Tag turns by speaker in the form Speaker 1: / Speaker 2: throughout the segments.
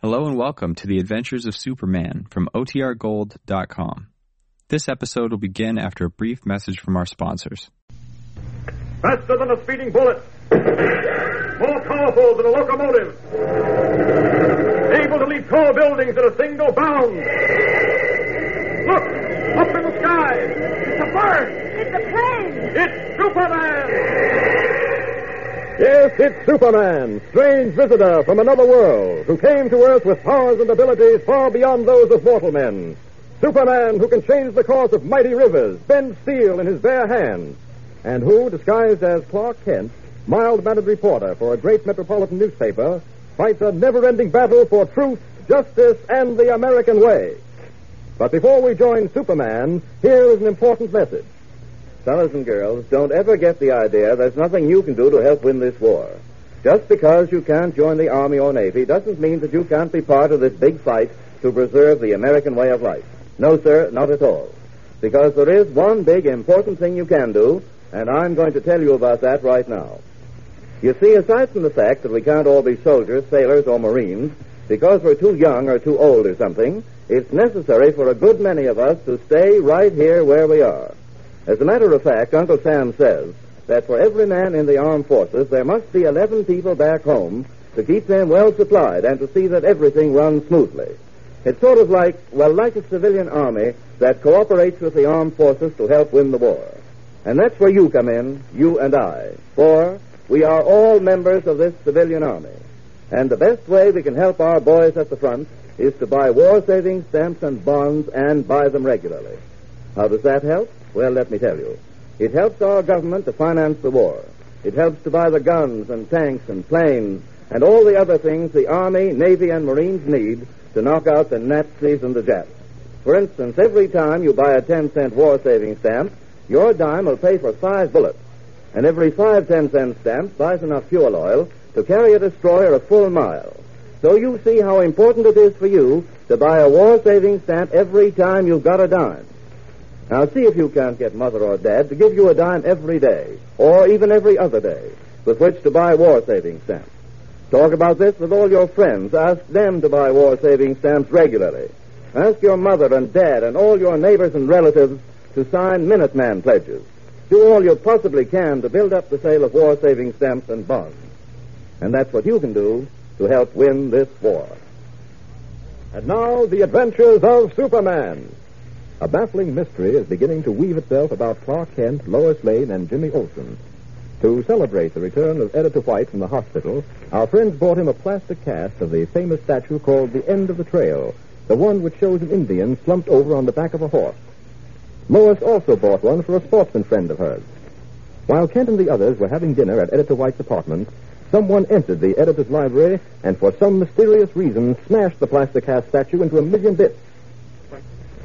Speaker 1: Hello and welcome to the Adventures of Superman from OTRGold.com. This episode will begin after a brief message from our sponsors.
Speaker 2: Faster than a speeding bullet. More powerful than a locomotive. Able to leap tall buildings in a single bound. Look! Up in the sky! It's a bird!
Speaker 3: It's a plane!
Speaker 2: It's Superman!
Speaker 4: Yes, it's Superman, strange visitor from another world, who came to Earth with powers and abilities far beyond those of mortal men. Superman, who can change the course of mighty rivers, bend steel in his bare hands, and who, disguised as Clark Kent, mild-mannered reporter for a great metropolitan newspaper, fights a never-ending battle for truth, justice, and the American way. But before we join Superman, here is an important message. Fellas and girls, don't ever get the idea there's nothing you can do to help win this war. Just because you can't join the Army or Navy doesn't mean that you can't be part of this big fight to preserve the American way of life. No, sir, not at all. Because there is one big important thing you can do, and I'm going to tell you about that right now. You see, aside from the fact that we can't all be soldiers, sailors, or Marines, because we're too young or too old or something, it's necessary for a good many of us to stay right here where we are. As a matter of fact, Uncle Sam says that for every man in the armed forces, there must be 11 people back home to keep them well supplied and to see that everything runs smoothly. It's sort of like, well, like a civilian army that cooperates with the armed forces to help win the war. And that's where you come in, you and I. For we are all members of this civilian army. And the best way we can help our boys at the front is to buy war savings stamps and bonds and buy them regularly. How does that help? Well, let me tell you. It helps our government to finance the war. It helps to buy the guns and tanks and planes and all the other things the Army, Navy, and Marines need to knock out the Nazis and the Japs. For instance, every time you buy a 10 cent war savings stamp, your dime will pay for five bullets. And every five 10 cent stamps buys enough fuel oil to carry a destroyer a full mile. So you see how important it is for you to buy a war savings stamp every time you've got a dime. Now, see if you can't get Mother or Dad to give you a dime every day, or even every other day, with which to buy war saving stamps. Talk about this with all your friends. Ask them to buy war saving stamps regularly. Ask your mother and dad and all your neighbors and relatives to sign Minuteman pledges. Do all you possibly can to build up the sale of war saving stamps and bonds. And that's what you can do to help win this war. And now, the adventures of Superman. A baffling mystery is beginning to weave itself about Clark Kent, Lois Lane, and Jimmy Olsen. To celebrate the return of Editor White from the hospital, our friends bought him a plastic cast of the famous statue called The End of the Trail, the one which shows an Indian slumped over on the back of a horse. Lois also bought one for a sportsman friend of hers. While Kent and the others were having dinner at Editor White's apartment, someone entered the editor's library and for some mysterious reason smashed the plastic cast statue into a million bits.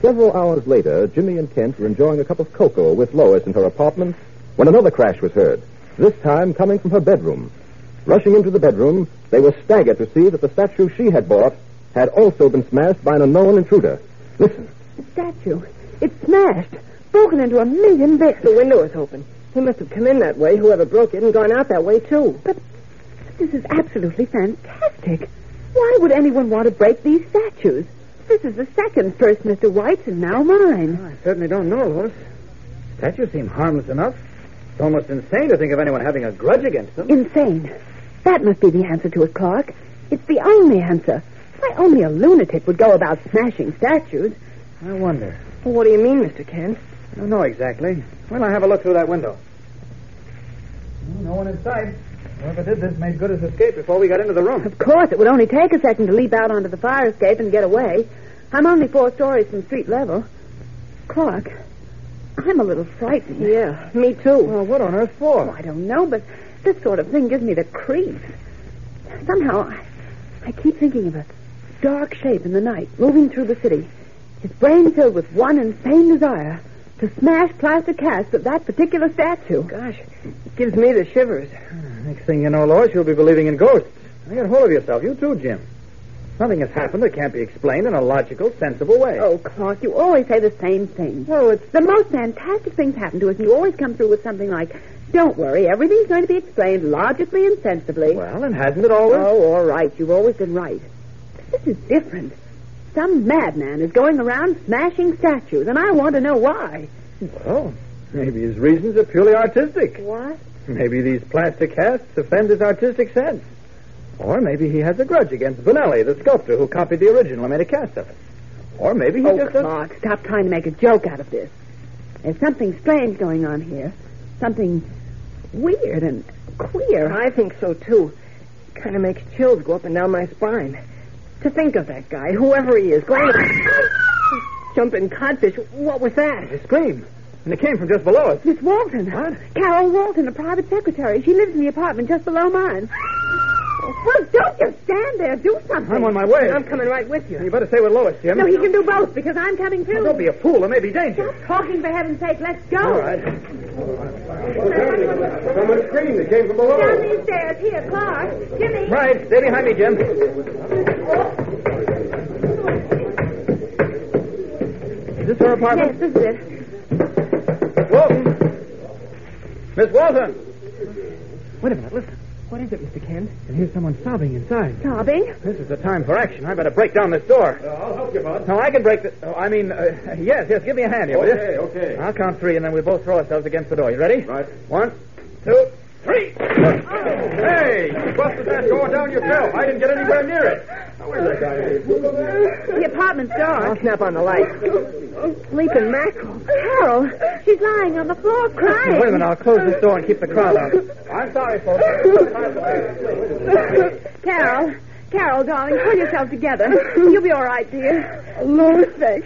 Speaker 4: Several hours later, Jimmy and Kent were enjoying a cup of cocoa with Lois in her apartment when another crash was heard, this time coming from her bedroom. Rushing into the bedroom, they were staggered to see that the statue she had bought had also been smashed by an unknown intruder. Listen.
Speaker 3: The statue. It's smashed, broken into a million bits.
Speaker 5: The window is open. He must have come in that way, whoever broke it, and gone out that way, too.
Speaker 3: But, but this is absolutely fantastic. Why would anyone want to break these statues? This is the second first Mr. White's and now mine.
Speaker 6: I certainly don't know, Lois. Statues seem harmless enough. It's almost insane to think of anyone having a grudge against them.
Speaker 3: Insane. That must be the answer to it, Clark. It's the only answer. Why, only a lunatic would go about smashing statues.
Speaker 6: I wonder.
Speaker 5: Well, what do you mean, Mr. Kent?
Speaker 6: I don't know exactly. Well, I have a look through that window. No, no one inside. Whoever did this made good his escape before we got into the room.
Speaker 3: Of course, it would only take a second to leap out onto the fire escape and get away. I'm only four stories from street level. Clark, I'm a little frightened.
Speaker 5: Yeah, me too.
Speaker 6: Well, what on earth for?
Speaker 3: Oh, I don't know, but this sort of thing gives me the creeps. Somehow, I, I keep thinking of a dark shape in the night moving through the city. His brain filled with one insane desire to smash plaster casts of that particular statue.
Speaker 5: Gosh, it gives me the shivers.
Speaker 6: Next thing you know, Lois, you'll be believing in ghosts. Now get hold of yourself. You too, Jim. Nothing has happened that can't be explained in a logical, sensible way.
Speaker 3: Oh, Clark, you always say the same thing.
Speaker 6: Well, Oh, it's
Speaker 3: The most fantastic things happen to us, and you always come through with something like, don't worry, everything's going to be explained logically and sensibly.
Speaker 6: Well, and hasn't it always?
Speaker 3: Oh, all right. You've always been right. This is different. Some madman is going around smashing statues, and I want to know why.
Speaker 6: Well, maybe his reasons are purely artistic.
Speaker 3: What?
Speaker 6: Maybe these plastic casts offend his artistic sense. Or maybe he has a grudge against Benelli, the sculptor who copied the original and made a cast of it. Or maybe he
Speaker 3: Oh,
Speaker 6: just...
Speaker 3: come on. Stop trying to make a joke out of this. There's something strange going on here. Something weird and queer.
Speaker 7: I think so, too. Kind of makes chills go up and down my spine. To think of that guy, whoever he is, going jumping codfish. What was that?
Speaker 6: He screamed, and it came from just below us.
Speaker 3: Miss Walton.
Speaker 6: What?
Speaker 3: Carol Walton, a private secretary. She lives in the apartment just below mine. Well, don't just stand there. Do something.
Speaker 6: I'm on my way.
Speaker 7: I'm coming right with you.
Speaker 6: You better stay with Lois, Jim.
Speaker 3: No, he can do both because I'm coming too.
Speaker 6: Well, Don't be a fool. There may be danger.
Speaker 3: Stop talking, for heaven's sake. Let's go.
Speaker 6: All right.
Speaker 5: Someone screamed. It came from
Speaker 3: Down
Speaker 5: below.
Speaker 3: these stairs. Here, Clark. Jimmy.
Speaker 6: Right. Stay behind me, Jim. Is this her
Speaker 3: Yes,
Speaker 6: apartment?
Speaker 3: this is it.
Speaker 6: Miss Walton. Miss Walton. Wait a minute. Listen.
Speaker 7: What is it, Mr. Kent?
Speaker 6: I can hear someone sobbing inside.
Speaker 3: Sobbing.
Speaker 6: This is the time for action. I better break down this door.
Speaker 5: I'll help you, Bud.
Speaker 6: No, I can break the. Oh, I mean, uh, yes, yes. Give me a hand here, will you?
Speaker 5: Okay, okay.
Speaker 6: I'll count three, and then we'll both throw ourselves against the door. You ready?
Speaker 5: Right.
Speaker 6: One, two, three.
Speaker 5: Hey, you busted that door down yourself. I didn't get anywhere near it. Now, where's that guy?
Speaker 3: The apartment's dark.
Speaker 7: I'll snap on the light.
Speaker 3: Sleeping mackerel. Carol, she's lying on the floor crying.
Speaker 6: Wait a minute. I'll close this door and keep the crowd out.
Speaker 5: I'm sorry, folks.
Speaker 3: Carol, Carol, darling, pull yourself together. You'll be all right, dear. Lord, thank,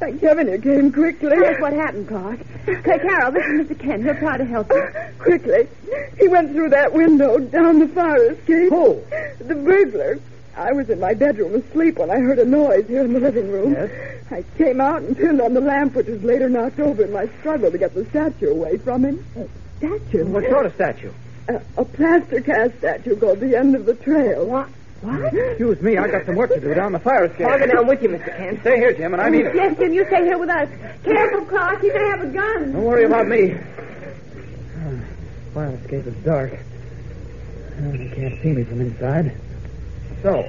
Speaker 3: thank heaven you came quickly. Tell us what happened, Clark. Ca- Carol, this is Mr. Kent. He'll try to help you.
Speaker 7: Quickly. He went through that window down the fire escape.
Speaker 6: Who?
Speaker 7: The burglar. I was in my bedroom asleep when I heard a noise here in the living room.
Speaker 6: Yes?
Speaker 7: I came out and turned on the lamp, which was later knocked over in my struggle to get the statue away from him. A statue?
Speaker 6: What sort of statue?
Speaker 7: A, a plaster cast statue called the End of the Trail. What? What?
Speaker 6: Excuse me. I got some work to do down the fire escape.
Speaker 7: I'll go down with you, Mr. Kent.
Speaker 6: Stay here, Jim, and I mean it.
Speaker 3: Yes, Jim, you stay here with us. Careful, Clark. He may have a gun.
Speaker 6: Don't worry about me. Ah, Fire escape is dark. Ah, They can't see me from inside. So,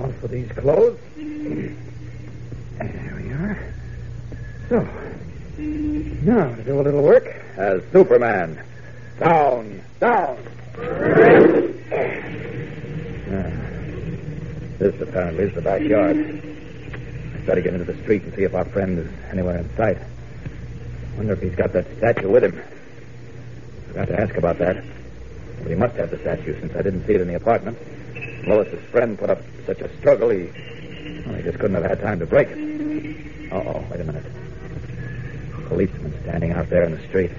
Speaker 6: off with these clothes. There we are. So, now to do a little work as Superman. Down, down. Ah, this apparently is the backyard. I'd better get into the street and see if our friend is anywhere in sight. Wonder if he's got that statue with him. Forgot to ask about that. But he must have the statue since I didn't see it in the apartment. Lois's friend put up such a struggle, he, well, he just couldn't have had time to break it. Uh-oh, wait a minute. Policeman standing out there in the street,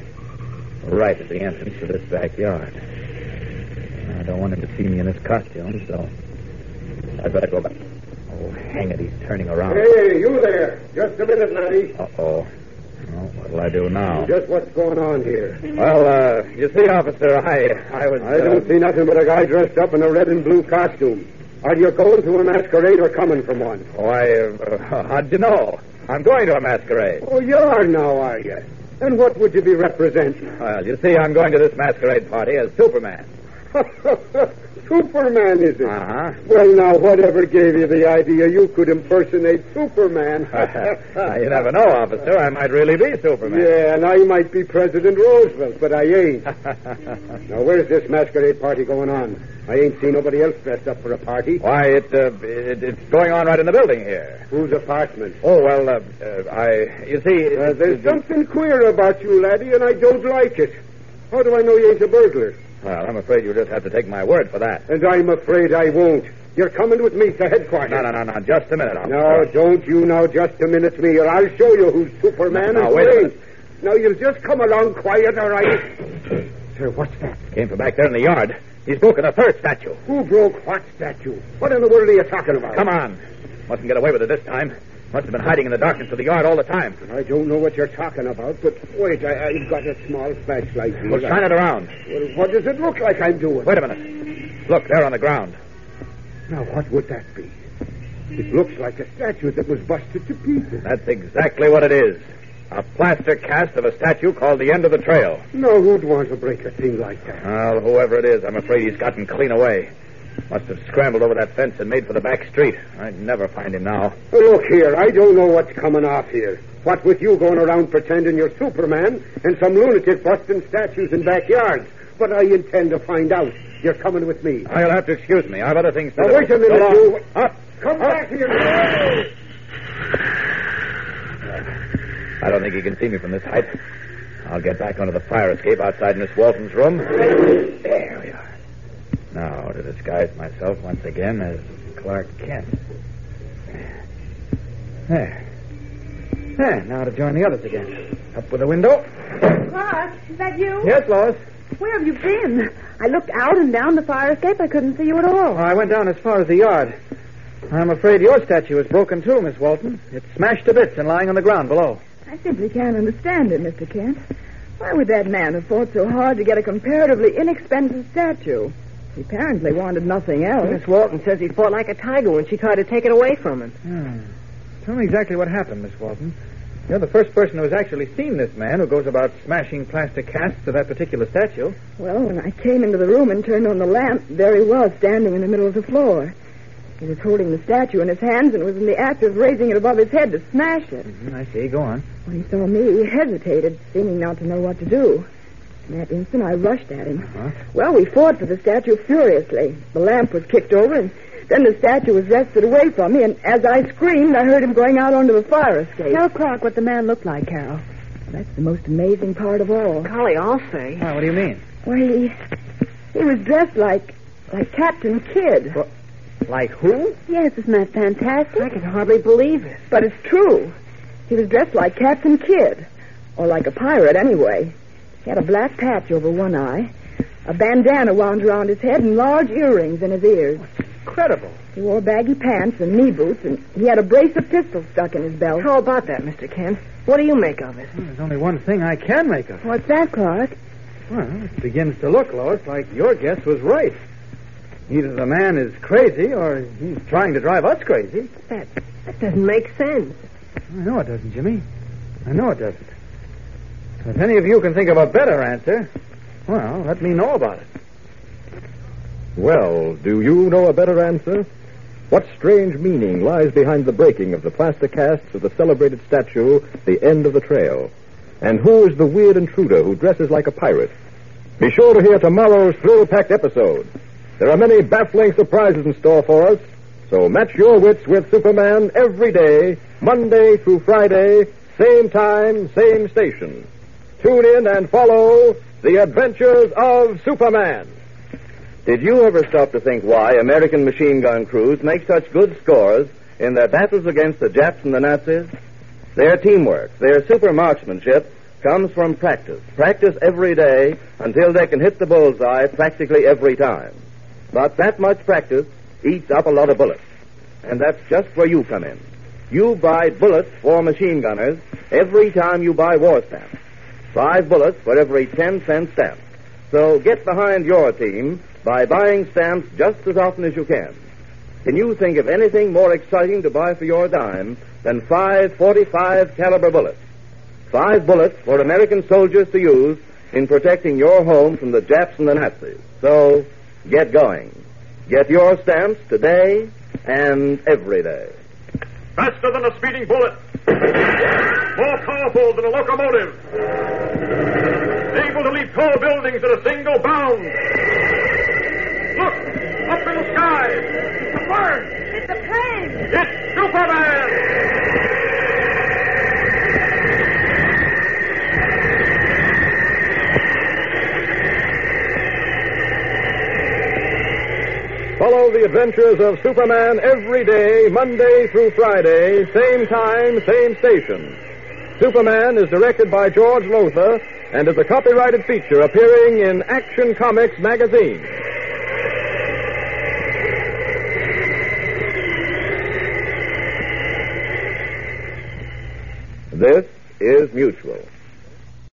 Speaker 6: right at the entrance to this backyard. I don't want him to see me in this costume, so I'd better go back. Oh, hang it, he's turning around.
Speaker 5: Hey, you there. Just a minute, Natty.
Speaker 6: Uh-oh. Well, what'll I do now?
Speaker 5: Just what's going on here?
Speaker 6: Well, uh, you see, officer, I I was. uh,
Speaker 5: I don't see nothing but a guy dressed up in a red and blue costume. Are you going to a masquerade or coming from one?
Speaker 6: Why, Oh, uh, how'd you know? I'm going to a masquerade.
Speaker 5: Oh, you are now, are you? And what would you be representing?
Speaker 6: Well, you see, I'm going to this masquerade party as Superman.
Speaker 5: Superman, is it?
Speaker 6: Uh
Speaker 5: Well, now, whatever gave you the idea you could impersonate Superman?
Speaker 6: huh. you never know, officer. I might really be Superman.
Speaker 5: Yeah, and I might be President Roosevelt, but I ain't. now, where's this masquerade party going on? I ain't seen nobody else dressed up for a party.
Speaker 6: Why, it, uh, it it's going on right in the building here.
Speaker 5: Whose apartment?
Speaker 6: Oh well, uh, uh, I you see. it-
Speaker 5: Uh, there's
Speaker 6: it-
Speaker 5: something queer about you, laddie, and I don't like it. How do I know you ain't a burglar?
Speaker 6: Well, I'm afraid you'll just have to take my word for that.
Speaker 5: And I'm afraid I won't. You're coming with me to headquarters.
Speaker 6: No, no, no, no. Just a minute, Uh, officer.
Speaker 5: No, don't you now just a minute me, or I'll show you who's Superman
Speaker 6: Now,
Speaker 5: and
Speaker 6: wait a
Speaker 5: who
Speaker 6: minute.
Speaker 5: ain't. Now, you'll just come along quiet, all right? Sir, what's that?
Speaker 6: Came from back there in the yard. He's broken a third statue.
Speaker 5: Who broke what statue? What in the world are you talking about?
Speaker 6: Come on. Mustn't get away with it this time. Must have been hiding in the darkness of the yard all the time.
Speaker 5: I don't know what you're talking about, but wait, I, I've got a small flashlight. here.
Speaker 6: We'll shine it around.
Speaker 5: Well, what does it look like I'm doing?
Speaker 6: Wait a minute. Look, there on the ground.
Speaker 5: Now, what would that be? It looks like a statue that was busted to pieces.
Speaker 6: That's exactly what it is. A plaster cast of a statue called the End of the Trail.
Speaker 5: No, who'd want to break a thing like that?
Speaker 6: Well, whoever it is, I'm afraid he's gotten clean away. Must have scrambled over that fence and made for the back street. I'd never find him now.
Speaker 5: Look here, I don't know what's coming off here. What with you going around pretending you're Superman and some lunatic busting statues in backyards. But I intend to find out. You're coming with me.
Speaker 6: I'll have to excuse me. I've other things to
Speaker 5: Now,
Speaker 6: do.
Speaker 5: wait a minute,
Speaker 6: So long.
Speaker 5: you. Up. Come back here.
Speaker 6: I don't think he can see me from this height. I'll get back onto the fire escape outside Miss Walton's room. There we are. Now, to disguise myself once again as Clark Kent. There. There, now to join the others again. Up with the window.
Speaker 8: Clark, is that you?
Speaker 6: Yes, Lois.
Speaker 8: Where have you been? I looked out and down the fire escape. I couldn't see you at all.
Speaker 6: Oh, I went down as far as the yard. I'm afraid your statue is broken too, Miss Walton. It's smashed to bits and lying on the ground below.
Speaker 3: I simply can't understand it, Mr. Kent. Why would that man have fought so hard to get a comparatively inexpensive statue? He apparently wanted nothing else.
Speaker 9: Miss Walton says he fought like a tiger when she tried to take it away from him.
Speaker 6: Hmm. Tell me exactly what happened, Miss Walton. You're the first person who has actually seen this man who goes about smashing plaster casts of that particular statue.
Speaker 3: Well, when I came into the room and turned on the lamp, there he was, standing in the middle of the floor. He was holding the statue in his hands and was in the act of raising it above his head to smash it.
Speaker 6: Mm-hmm, I see. Go on.
Speaker 3: When he saw me, he hesitated, seeming not to know what to do. In that instant, I rushed at him.
Speaker 6: Huh?
Speaker 3: Well, we fought for the statue furiously. The lamp was kicked over, and then the statue was wrested away from me, and as I screamed, I heard him going out onto the fire escape.
Speaker 8: Tell Clark what the man looked like, Carol.
Speaker 3: That's the most amazing part of all.
Speaker 9: Golly, I'll say.
Speaker 6: Why, what do you mean?
Speaker 3: Why, he, he was dressed like, like Captain Kidd.
Speaker 6: Like who?
Speaker 8: Yes, isn't that fantastic?
Speaker 9: I can hardly believe it.
Speaker 3: But it's true. He was dressed like Captain Kidd, or like a pirate anyway. He had a black patch over one eye, a bandana wound around his head, and large earrings in his ears.
Speaker 6: Incredible.
Speaker 3: He wore baggy pants and knee boots, and he had a brace of pistols stuck in his belt.
Speaker 9: How about that, Mr. Kent? What do you make of it?
Speaker 6: Well, there's only one thing I can make of it.
Speaker 8: What's that, Clark?
Speaker 6: Well, it begins to look, Lois, like your guess was right. Either the man is crazy or he's trying to drive us crazy.
Speaker 9: That, that doesn't make sense.
Speaker 6: I know it doesn't, Jimmy. I know it doesn't. If any of you can think of a better answer, well, let me know about it.
Speaker 4: Well, do you know a better answer? What strange meaning lies behind the breaking of the plaster casts of the celebrated statue, The End of the Trail? And who is the weird intruder who dresses like a pirate? Be sure to hear tomorrow's thrill packed episode. There are many baffling surprises in store for us, so match your wits with Superman every day, Monday through Friday, same time, same station. Tune in and follow The Adventures of Superman.
Speaker 6: Did you ever stop to think why American machine gun crews make such good scores in their battles against the Japs and the Nazis? Their teamwork, their super marksmanship, comes from practice. Practice every day until they can hit the bullseye practically every time. But that much practice eats up a lot of bullets. And that's just where you come in. You buy bullets for machine gunners every time you buy war stamps. Five bullets for every ten cent stamp. So get behind your team by buying stamps just as often as you can. Can you think of anything more exciting to buy for your dime than five 45 caliber bullets? Five bullets for American soldiers to use in protecting your home from the Japs and the Nazis. So get going. Get your stamps today and every day.
Speaker 10: Faster than a speeding bullet. More powerful than a locomotive. Able to leap tall buildings in a single bound. Look! Up in the sky! It's a bird!
Speaker 8: It's a plane!
Speaker 10: It's Superman!
Speaker 4: Follow the adventures of Superman every day, Monday through Friday, same time, same station. Superman is directed by George Lothar and is a copyrighted feature appearing in Action Comics magazine.
Speaker 6: This is Mutual.